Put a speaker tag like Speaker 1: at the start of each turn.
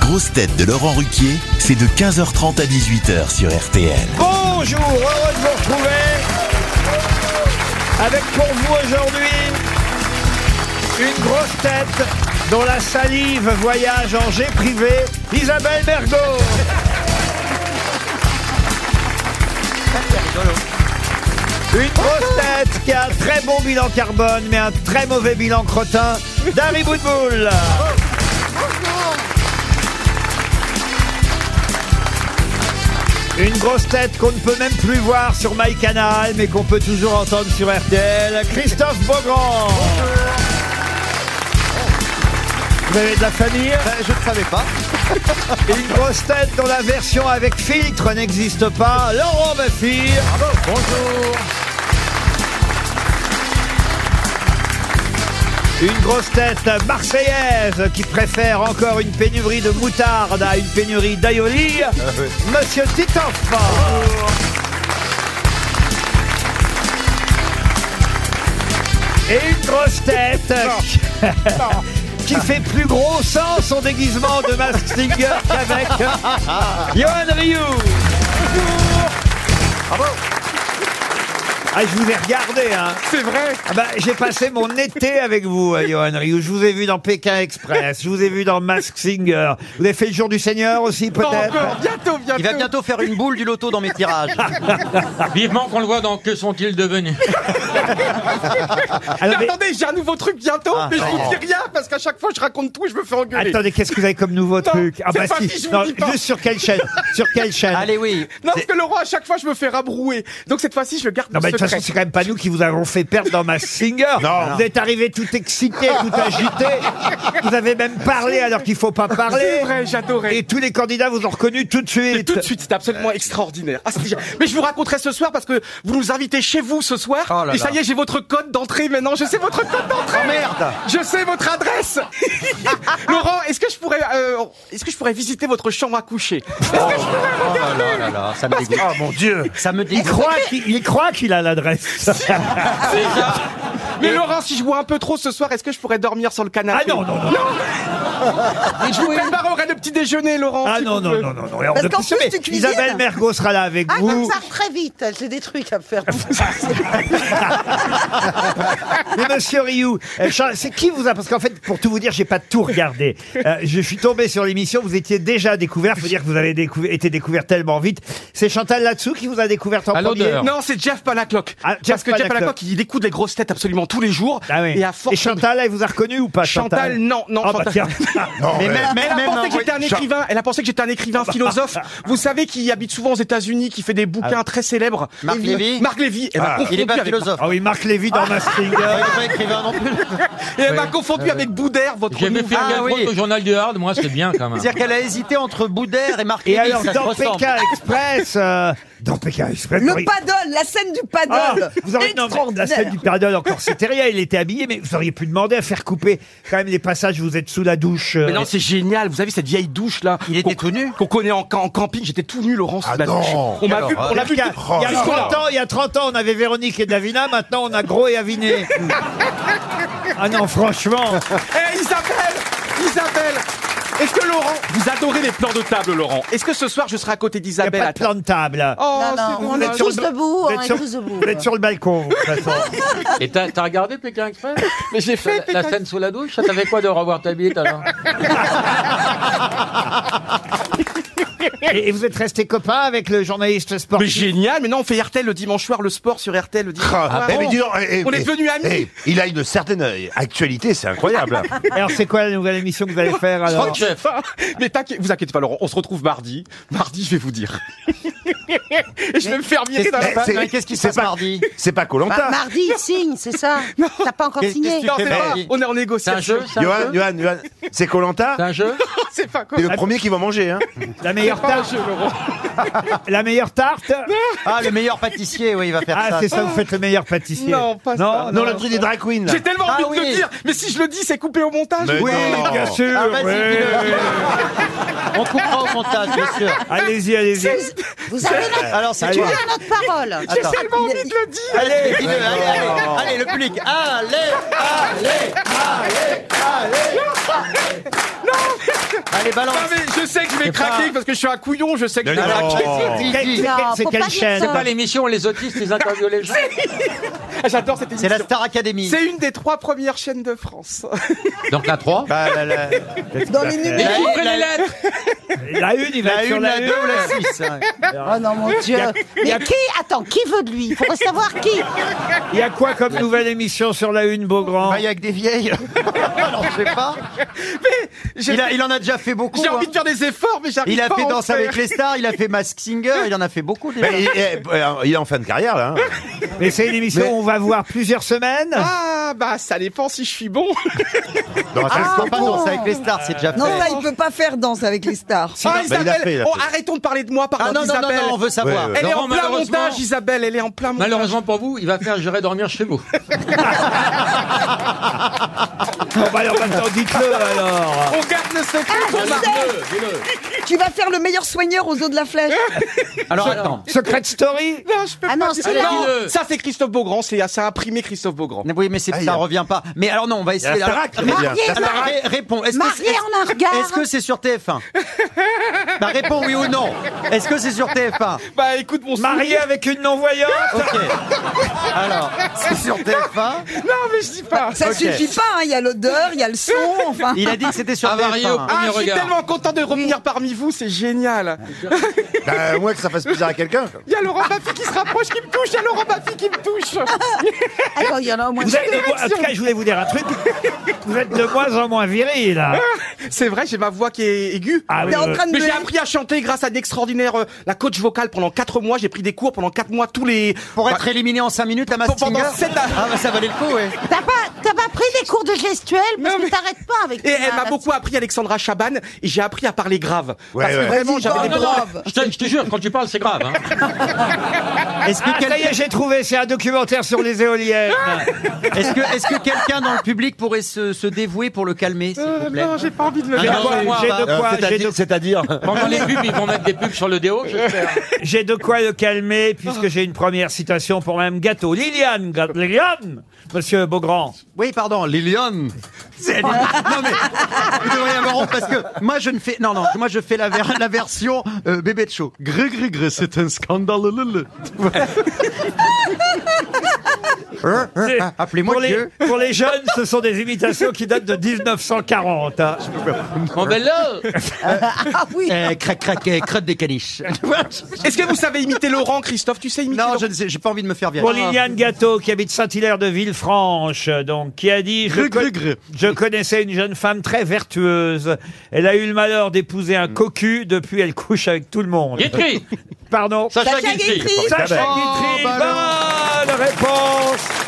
Speaker 1: grosses têtes de Laurent Ruquier, c'est de 15h30 à 18h sur RTL.
Speaker 2: Bonjour, heureux de vous retrouver avec pour vous aujourd'hui une grosse tête dont la salive voyage en jet privé, Isabelle Bergot. Une grosse tête qui a un très bon bilan carbone mais un très mauvais bilan crottin, Dari Boudboul. Une grosse tête qu'on ne peut même plus voir sur MyCanal, mais qu'on peut toujours entendre sur RTL, Christophe Beaugrand. Vous avez de la famille Euh, Je ne savais pas. Une grosse tête dont la version avec filtre n'existe pas, Laurent Baffy. Bravo, bonjour. Une grosse tête marseillaise qui préfère encore une pénurie de moutarde à une pénurie d'aioli, Monsieur Titoff. Et une grosse tête qui fait plus gros sans son déguisement de Mask Singer qu'avec Johan Ryu. Ah, je vous ai regardé, hein. C'est vrai. j'ai passé mon été avec vous, euh, Johan Rioux. Je vous ai vu dans Pékin Express. Je vous ai vu dans Mask Singer. Vous avez fait le jour du Seigneur aussi, peut-être.
Speaker 3: bientôt, bientôt. Il va bientôt faire une boule du loto dans mes tirages.
Speaker 4: Vivement qu'on le voit dans Que sont-ils devenus
Speaker 3: Mais attendez, j'ai un nouveau truc bientôt,
Speaker 2: Ah,
Speaker 3: mais je vous dis rien parce qu'à chaque fois je raconte tout et je me fais engueuler.
Speaker 2: Attendez, qu'est-ce que vous avez comme nouveau truc Ah bah
Speaker 3: c'est pas si, je vous dis pas.
Speaker 2: juste sur quelle chaîne Sur quelle chaîne
Speaker 3: Allez, oui. Non, parce que Laurent, à chaque fois je me fais rabrouer. Donc cette fois-ci, je le garde
Speaker 2: Non,
Speaker 3: dans
Speaker 2: mais de toute
Speaker 3: secret.
Speaker 2: façon, c'est quand même pas nous qui vous avons fait perdre dans Mask Singer.
Speaker 1: Non.
Speaker 2: Vous êtes arrivé tout excité, tout agité. Vous avez même parlé alors qu'il faut pas parler.
Speaker 3: C'est vrai, j'adorais.
Speaker 2: Et tous les candidats vous ont reconnu tout de suite.
Speaker 3: Et tout de suite, c'était
Speaker 2: Euh,
Speaker 3: absolument extraordinaire. Ah, c'était- mais je vous raconterai ce soir parce que vous nous invitez chez vous ce soir.
Speaker 5: Oh là
Speaker 3: et ça
Speaker 5: là.
Speaker 3: y est, j'ai votre code d'entrée maintenant. Je sais votre code d'entrée.
Speaker 2: Oh,
Speaker 5: merde.
Speaker 3: Je sais votre adresse. Laurent, est-ce que je pourrais, euh, est-ce que je pourrais visiter votre chambre à coucher
Speaker 5: Oh là là là là, ça me dégoûte. Oh mon dieu, ça me
Speaker 2: Il
Speaker 5: dégoûte.
Speaker 2: croit qu'il il croit qu'il a l'adresse.
Speaker 3: Mais Laurent, si je bois un peu trop ce soir, est-ce que je pourrais dormir sur le
Speaker 2: Euh. Ah
Speaker 3: canapé
Speaker 2: non, non, non.
Speaker 3: Je vous préparerai Ah, le petit déjeuner, Laurent.
Speaker 2: Ah
Speaker 3: si
Speaker 2: non,
Speaker 3: vous
Speaker 2: non,
Speaker 3: voulez.
Speaker 2: non, non, non. Et on
Speaker 6: Parce
Speaker 2: ne
Speaker 6: qu'en
Speaker 2: peut-
Speaker 6: plus,
Speaker 2: mais
Speaker 6: tu cuisines.
Speaker 2: Isabelle Mergo sera là avec
Speaker 6: Ah, comme
Speaker 2: vous.
Speaker 6: ça, très vite. J'ai des trucs à me faire.
Speaker 2: Mais monsieur Rioux, euh, Charles, c'est qui vous a Parce qu'en fait, pour tout vous dire, j'ai pas tout regardé. Euh, je suis tombé sur l'émission, vous étiez déjà découvert. Faut dire que vous avez décou- été découvert tellement vite. C'est Chantal Latsou qui vous a découvert en
Speaker 4: À
Speaker 2: premier.
Speaker 4: l'odeur.
Speaker 3: Non, c'est Jeff Panaclock.
Speaker 2: Ah, Jeff
Speaker 3: parce que Jeff
Speaker 2: Panaclock.
Speaker 3: Panaclock, il écoute les grosses têtes absolument tous les jours.
Speaker 2: Ah oui.
Speaker 3: Et à force.
Speaker 2: Chantal, elle vous a reconnu ou pas Chantal,
Speaker 3: Chantal, non, non,
Speaker 2: Ah, bah,
Speaker 3: Chantal.
Speaker 2: tiens.
Speaker 3: mais même, elle a
Speaker 5: même,
Speaker 3: pensé
Speaker 5: hein,
Speaker 3: que j'étais un
Speaker 5: oui.
Speaker 3: écrivain. Elle a pensé que j'étais un écrivain philosophe. Vous savez qui habite souvent aux États-Unis, qui fait des bouquins très célèbres.
Speaker 5: Marc
Speaker 3: Et-
Speaker 5: Lévy
Speaker 3: Marc Lévy. Elle m'a confondu
Speaker 5: Il est pas
Speaker 3: avec-
Speaker 5: philosophe.
Speaker 2: Ah. Ah oui, Marc Lévy dans Mask Singer.
Speaker 5: Il est pas écrivain non plus.
Speaker 3: Et elle m'a Eh ben, confondu avec Boudère, votre
Speaker 4: J'avais fait
Speaker 3: nouveau-
Speaker 4: un
Speaker 5: Ah,
Speaker 4: gag
Speaker 5: oui.
Speaker 4: contre au journal du Hard, moi c'est bien quand même.
Speaker 5: C'est-à-dire qu'elle a hésité entre Boudère et Marc
Speaker 2: Et
Speaker 5: Lévy,
Speaker 2: alors,
Speaker 5: ça se
Speaker 2: dans
Speaker 5: ressemble.
Speaker 2: Pékin Express, euh, dans Pékin Express,
Speaker 6: Le
Speaker 2: Marie-
Speaker 6: paddle, la scène du paddle.
Speaker 2: Ah, vous auriez non, mais la
Speaker 6: Extraordinaire.
Speaker 2: scène du paddle encore, c'était rien, il était habillé, mais vous auriez pu demander à faire couper quand même les passages, où vous êtes sous la douche. euh,
Speaker 3: Mais non, c'est génial. Vous avez cette vieille douche là.
Speaker 5: Il était
Speaker 3: qu'on-
Speaker 5: tout nu
Speaker 3: Qu'on connaît en, en camping. J'étais tout nu, Laurent, sous
Speaker 1: Ah
Speaker 3: la
Speaker 1: non.
Speaker 3: douche. On m'a vu, on a vu.
Speaker 2: Il y a, il y a 30 ans, il y a 30 ans, on avait Véronique et Davina, maintenant on a Gros et Aviné. Ah non, franchement.
Speaker 3: Eh, Isabelle Isabelle Est-ce que Laurent, vous adorez les plans de table, Laurent Est-ce que ce soir, je serai à côté
Speaker 2: Il n'y a
Speaker 3: d'Isabelle
Speaker 2: pas
Speaker 3: à
Speaker 2: de plan de table.
Speaker 3: Oh,
Speaker 6: Non, non,
Speaker 3: c'est
Speaker 6: vous
Speaker 3: dommage.
Speaker 6: êtes sur- Tous
Speaker 2: ba-
Speaker 6: debout,
Speaker 2: vous
Speaker 6: hein,
Speaker 2: êtes sur-
Speaker 6: tous debout.
Speaker 2: vous êtes sur le balcon, de toute façon.
Speaker 4: Et t'as t'as regardé Pékin Express
Speaker 3: Mais j'ai fait,
Speaker 4: la, la
Speaker 3: putain.
Speaker 4: scène sous la douche, ça t'avait quoi de revoir ta bite alors
Speaker 2: Et, et vous êtes resté copain avec le journaliste
Speaker 3: Mais
Speaker 2: sportif
Speaker 3: génial, mais non, on fait RTL le dimanche soir, le sport sur RTL le dimanche soir. Oh,
Speaker 7: Eh, mais dis donc, eh, eh,
Speaker 3: on est
Speaker 7: eh,
Speaker 3: devenus amis.
Speaker 7: eh, il a une certaine euh, actualité, c'est incroyable.
Speaker 2: Alors c'est quoi la nouvelle émission que vous allez faire
Speaker 3: Oh,
Speaker 2: alors
Speaker 3: chef. Mais t'inquiète, vous inquiétez pas, Laurent, on se retrouve mardi. Mardi, je vais vous dire. Et je vais me faire virer dans la
Speaker 7: Eh, c'est-
Speaker 5: Mais qu'est-ce qui se
Speaker 7: c'est
Speaker 5: passe
Speaker 7: pas-
Speaker 5: mardi
Speaker 7: C'est pas
Speaker 6: Bah,
Speaker 7: Colanta.
Speaker 6: mardi, il signe, c'est ça T'as pas encore
Speaker 5: Qu'est-ce
Speaker 6: signé
Speaker 5: que
Speaker 3: Non,
Speaker 5: tu
Speaker 3: c'est
Speaker 5: fais
Speaker 3: pas,
Speaker 5: mardi
Speaker 3: on est en
Speaker 4: C'est un
Speaker 3: négociation.
Speaker 4: jeu C'est un
Speaker 7: Johan,
Speaker 4: jeu
Speaker 7: Johan, Johan, c'est Colanta.
Speaker 4: C'est un jeu
Speaker 3: C'est pas quoi
Speaker 7: T'es le premier qui va manger, hein.
Speaker 2: La meilleure
Speaker 3: Pas un
Speaker 2: tarte
Speaker 3: jeu, Laurent.
Speaker 2: La meilleure tarte
Speaker 5: Ah, le meilleur pâtissier, oui, il va faire
Speaker 2: Ah,
Speaker 5: ça.
Speaker 2: c'est ça, vous faites le meilleur pâtissier.
Speaker 3: Non, pas ça.
Speaker 2: Non,
Speaker 7: Non, le truc des drag queens. là.
Speaker 3: J'ai tellement
Speaker 5: Ah
Speaker 3: envie de
Speaker 5: oui.
Speaker 3: le dire, mais si je le dis, c'est coupé au montage.
Speaker 7: Mais
Speaker 5: Oui,
Speaker 7: non.
Speaker 2: bien sûr.
Speaker 5: Ah, vas-y,
Speaker 2: ouais.
Speaker 5: dis-le, dis-le. On coupera au montage, bien sûr.
Speaker 2: Allez-y, allez-y.
Speaker 6: Vous avez notre,
Speaker 5: Alors, c'est
Speaker 6: tu
Speaker 5: quoi
Speaker 6: as notre parole.
Speaker 3: J'ai
Speaker 5: Attends.
Speaker 3: tellement
Speaker 6: Il-
Speaker 3: envie de le dire.
Speaker 5: Allez, dis-le, allez, allez, allez, le public. Allez, allez, allez, allez. Allez, balance.
Speaker 3: Non, Ah, mais je sais que je vais craquer parce que je suis un couillon, je sais que je vais
Speaker 7: Mais non.
Speaker 3: craquer.
Speaker 2: Quelle-
Speaker 6: Non,
Speaker 2: quelle- C'est
Speaker 6: faut
Speaker 2: quelle
Speaker 6: pas dire
Speaker 2: chaîne
Speaker 6: ça.
Speaker 4: Pas l'émission, les autistes, ils interviewent les gens.
Speaker 3: Ah, J'adore cette
Speaker 5: C'est
Speaker 3: émission.
Speaker 5: la Star Academy.
Speaker 3: C'est une des trois premières chaînes de France.
Speaker 4: Donc la 3.
Speaker 7: Bah, la- la-
Speaker 6: Dans les
Speaker 4: Les
Speaker 6: numéros.
Speaker 4: chiffres et les lettres.
Speaker 2: La une, il va être
Speaker 5: La
Speaker 2: sur
Speaker 5: 1,
Speaker 2: la
Speaker 5: la
Speaker 2: une.
Speaker 5: 2 ou la 6
Speaker 6: Oh non, mon Dieu. Mais qui Attends, qui veut de lui Il faudrait savoir qui.
Speaker 2: Il y a quoi comme nouvelle émission sur la une, Beaugrand
Speaker 5: Maille avec des vieilles Alors, je sais pas.
Speaker 3: J'ai
Speaker 5: Il, a- il en a déjà fait beaucoup.
Speaker 3: j'ai envie
Speaker 5: hein.
Speaker 3: de faire des efforts, mais j'arrive
Speaker 5: Il a
Speaker 3: pas
Speaker 5: fait
Speaker 3: à en
Speaker 5: Danse
Speaker 3: faire.
Speaker 5: avec les stars, il a fait Mask Singer, il en a fait beaucoup déjà.
Speaker 7: Mais il, est, euh, il est en fin de carrière, là. hein.
Speaker 2: Mais c'est une émission où on va voir plusieurs semaines.
Speaker 3: Ah, bah, ça dépend si je suis bon.
Speaker 7: Dans la
Speaker 5: Ah,
Speaker 7: salle
Speaker 5: c'est
Speaker 7: de
Speaker 5: pas
Speaker 7: sport.
Speaker 5: Danse avec les stars, c'est déjà fait.
Speaker 6: il peut pas faire danse avec les stars.
Speaker 3: Ah,
Speaker 7: bah, il a
Speaker 3: Isabelle,
Speaker 7: fait, il a
Speaker 3: oh,
Speaker 7: fait.
Speaker 3: arrêtons de parler de moi, pardon,
Speaker 5: Ah non, non, non,
Speaker 3: Isabelle.
Speaker 5: non, on veut Ah. savoir.
Speaker 7: Ouais, ouais.
Speaker 3: Elle est
Speaker 4: Laurent,
Speaker 3: en plein
Speaker 4: malheureusement-
Speaker 3: montage, Isabelle, elle est en plein montage.
Speaker 4: Malheureusement pour vous, il va faire J'irai dormir chez vous.
Speaker 2: Bon, bah alors maintenant, dites-le alors.
Speaker 3: On garde le secret
Speaker 5: Ah,
Speaker 3: pour Marc.
Speaker 6: Tu vas faire le meilleur soigneur aux eaux de la flèche.
Speaker 5: Alors attends.
Speaker 2: Secret Story
Speaker 3: Non, je peux
Speaker 6: Ah non,
Speaker 3: pas.
Speaker 6: c'est là.
Speaker 3: Non, ça c'est Christophe Beaugrand, c'est c'est imprimé Christophe Beaugrand.
Speaker 5: Oui, mais c'est-
Speaker 7: Ah, il y
Speaker 5: ça
Speaker 7: a-
Speaker 5: revient pas. Mais alors non, on va essayer.
Speaker 7: Il y a la
Speaker 5: alors-
Speaker 7: Starac, très bien.
Speaker 5: Ré-
Speaker 7: La Starac.
Speaker 5: ré- Réponds. Est-ce que
Speaker 6: Marié
Speaker 5: c'est-
Speaker 6: en un regard.
Speaker 5: Est-ce que c'est sur TF1 Bah réponds oui ou non. Est-ce que c'est sur TF1
Speaker 3: Bah écoute mon
Speaker 2: Marié avec une non-voyante
Speaker 5: Ok. Alors, c'est sur TF1.
Speaker 3: Non mais je dis pas.
Speaker 6: Ça
Speaker 5: Ok.
Speaker 6: suffit pas, hein, il y a l'odeur, il y a le son, enfin.
Speaker 5: Il a dit que c'était sur
Speaker 4: Avarié au
Speaker 5: TF1.
Speaker 4: premier
Speaker 3: Ah, je suis
Speaker 4: regard.
Speaker 3: tellement content de revenir parmi vous, c'est génial.
Speaker 7: Bah, au moins que ça fasse plaisir à quelqu'un.
Speaker 3: Il y a Laurent Baffy qui se rapproche, qui me touche, il y a Laurent Baffy qui me touche.
Speaker 6: Attends, il y en a au moins
Speaker 2: Vous êtes de moi- En
Speaker 3: direction.
Speaker 2: tout cas, je voulais vous dire un truc. Vous êtes de moins en moins viril, là.
Speaker 3: C'est vrai, j'ai ma voix qui est aiguë.
Speaker 2: Ah oui,
Speaker 6: T'es en
Speaker 2: euh,
Speaker 6: train de
Speaker 3: Mais j'ai
Speaker 6: me-
Speaker 3: appris à chanter grâce à d'extraordinaires euh, la coach vocale pendant 4 mois, j'ai pris des cours pendant 4 mois tous les
Speaker 5: Pour être éliminé en 5 minutes, la
Speaker 3: Pendant
Speaker 5: Mastinger.
Speaker 3: sept ans.
Speaker 5: Ah bah ça valait le coup, ouais.
Speaker 6: T'as pas, t'as pas pris des cours de gestuelle parce
Speaker 3: Non, mais-
Speaker 6: que t'arrêtes pas avec
Speaker 3: et
Speaker 6: tes
Speaker 3: elle
Speaker 6: mains,
Speaker 3: m'a
Speaker 6: là.
Speaker 3: beaucoup appris Alexandra Chaban et j'ai appris à parler grave
Speaker 7: Ouais,
Speaker 3: parce que
Speaker 7: ouais.
Speaker 3: vraiment Ah, j'avais des
Speaker 6: Oh,
Speaker 3: problèmes.
Speaker 6: grave.
Speaker 4: Je te, je te jure, quand tu parles, c'est grave. hein.
Speaker 5: Est-ce que
Speaker 2: Ah, ça y est,
Speaker 5: quelqu'un
Speaker 2: j'ai trouvé, c'est un documentaire sur les éoliennes.
Speaker 5: Ah. est-ce que, est-ce que quelqu'un dans le public pourrait se, se dévouer pour le calmer, s'il vous plaît
Speaker 3: Non, j'ai pas envie de le
Speaker 4: Ah,
Speaker 2: J'ai
Speaker 4: non,
Speaker 2: de quoi,
Speaker 4: c'est moi,
Speaker 2: j'ai
Speaker 5: bah,
Speaker 2: de quoi, j'ai de-
Speaker 7: C'est-à-dire
Speaker 4: Pendant les pubs, ils vont mettre des pubs sur le déo. j'espère.
Speaker 2: j'ai de quoi le calmer, puisque j'ai une première citation pour Mme Gâteau. Liliane, Ga- Liliane, monsieur Beaugrand.
Speaker 5: Oui, pardon, Liliane. C'est- Non mais vous devriez avoir honte parce que moi je ne fais non non, moi je fais la, ver- la version euh, bébé de show. Gré gré gré, c'est un scandale. le, le. Hein, hein,
Speaker 2: pour
Speaker 5: hein, Appelez-moi
Speaker 2: les,
Speaker 5: Dieu.
Speaker 2: pour les jeunes, ce sont des imitations qui datent de 1940. hein.
Speaker 4: Mon bello
Speaker 6: Ah oui.
Speaker 5: Euh, crac crac euh, crotte des caniches.
Speaker 3: Est-ce que vous savez imiter Laurent Christophe Tu sais imiter
Speaker 5: non,
Speaker 3: Laurent
Speaker 5: je ne sais, j'ai pas envie de me faire virer.
Speaker 2: Pour Liliane Gâteau, qui habite Saint-Hilaire de Villefranche, donc, qui a dit je,
Speaker 5: Gré,
Speaker 2: con-
Speaker 5: gré, gré.
Speaker 2: je connaissais une jeune femme très vertueuse. Elle a eu le malheur d'épouser un cocu, depuis elle couche avec tout le monde.
Speaker 4: Guitry
Speaker 2: Pardon
Speaker 4: Sacha
Speaker 6: Sacha
Speaker 4: Guitry
Speaker 6: Guitry.
Speaker 2: Sacha
Speaker 5: Oh,
Speaker 2: Guitry,
Speaker 5: bah
Speaker 2: bonne réponse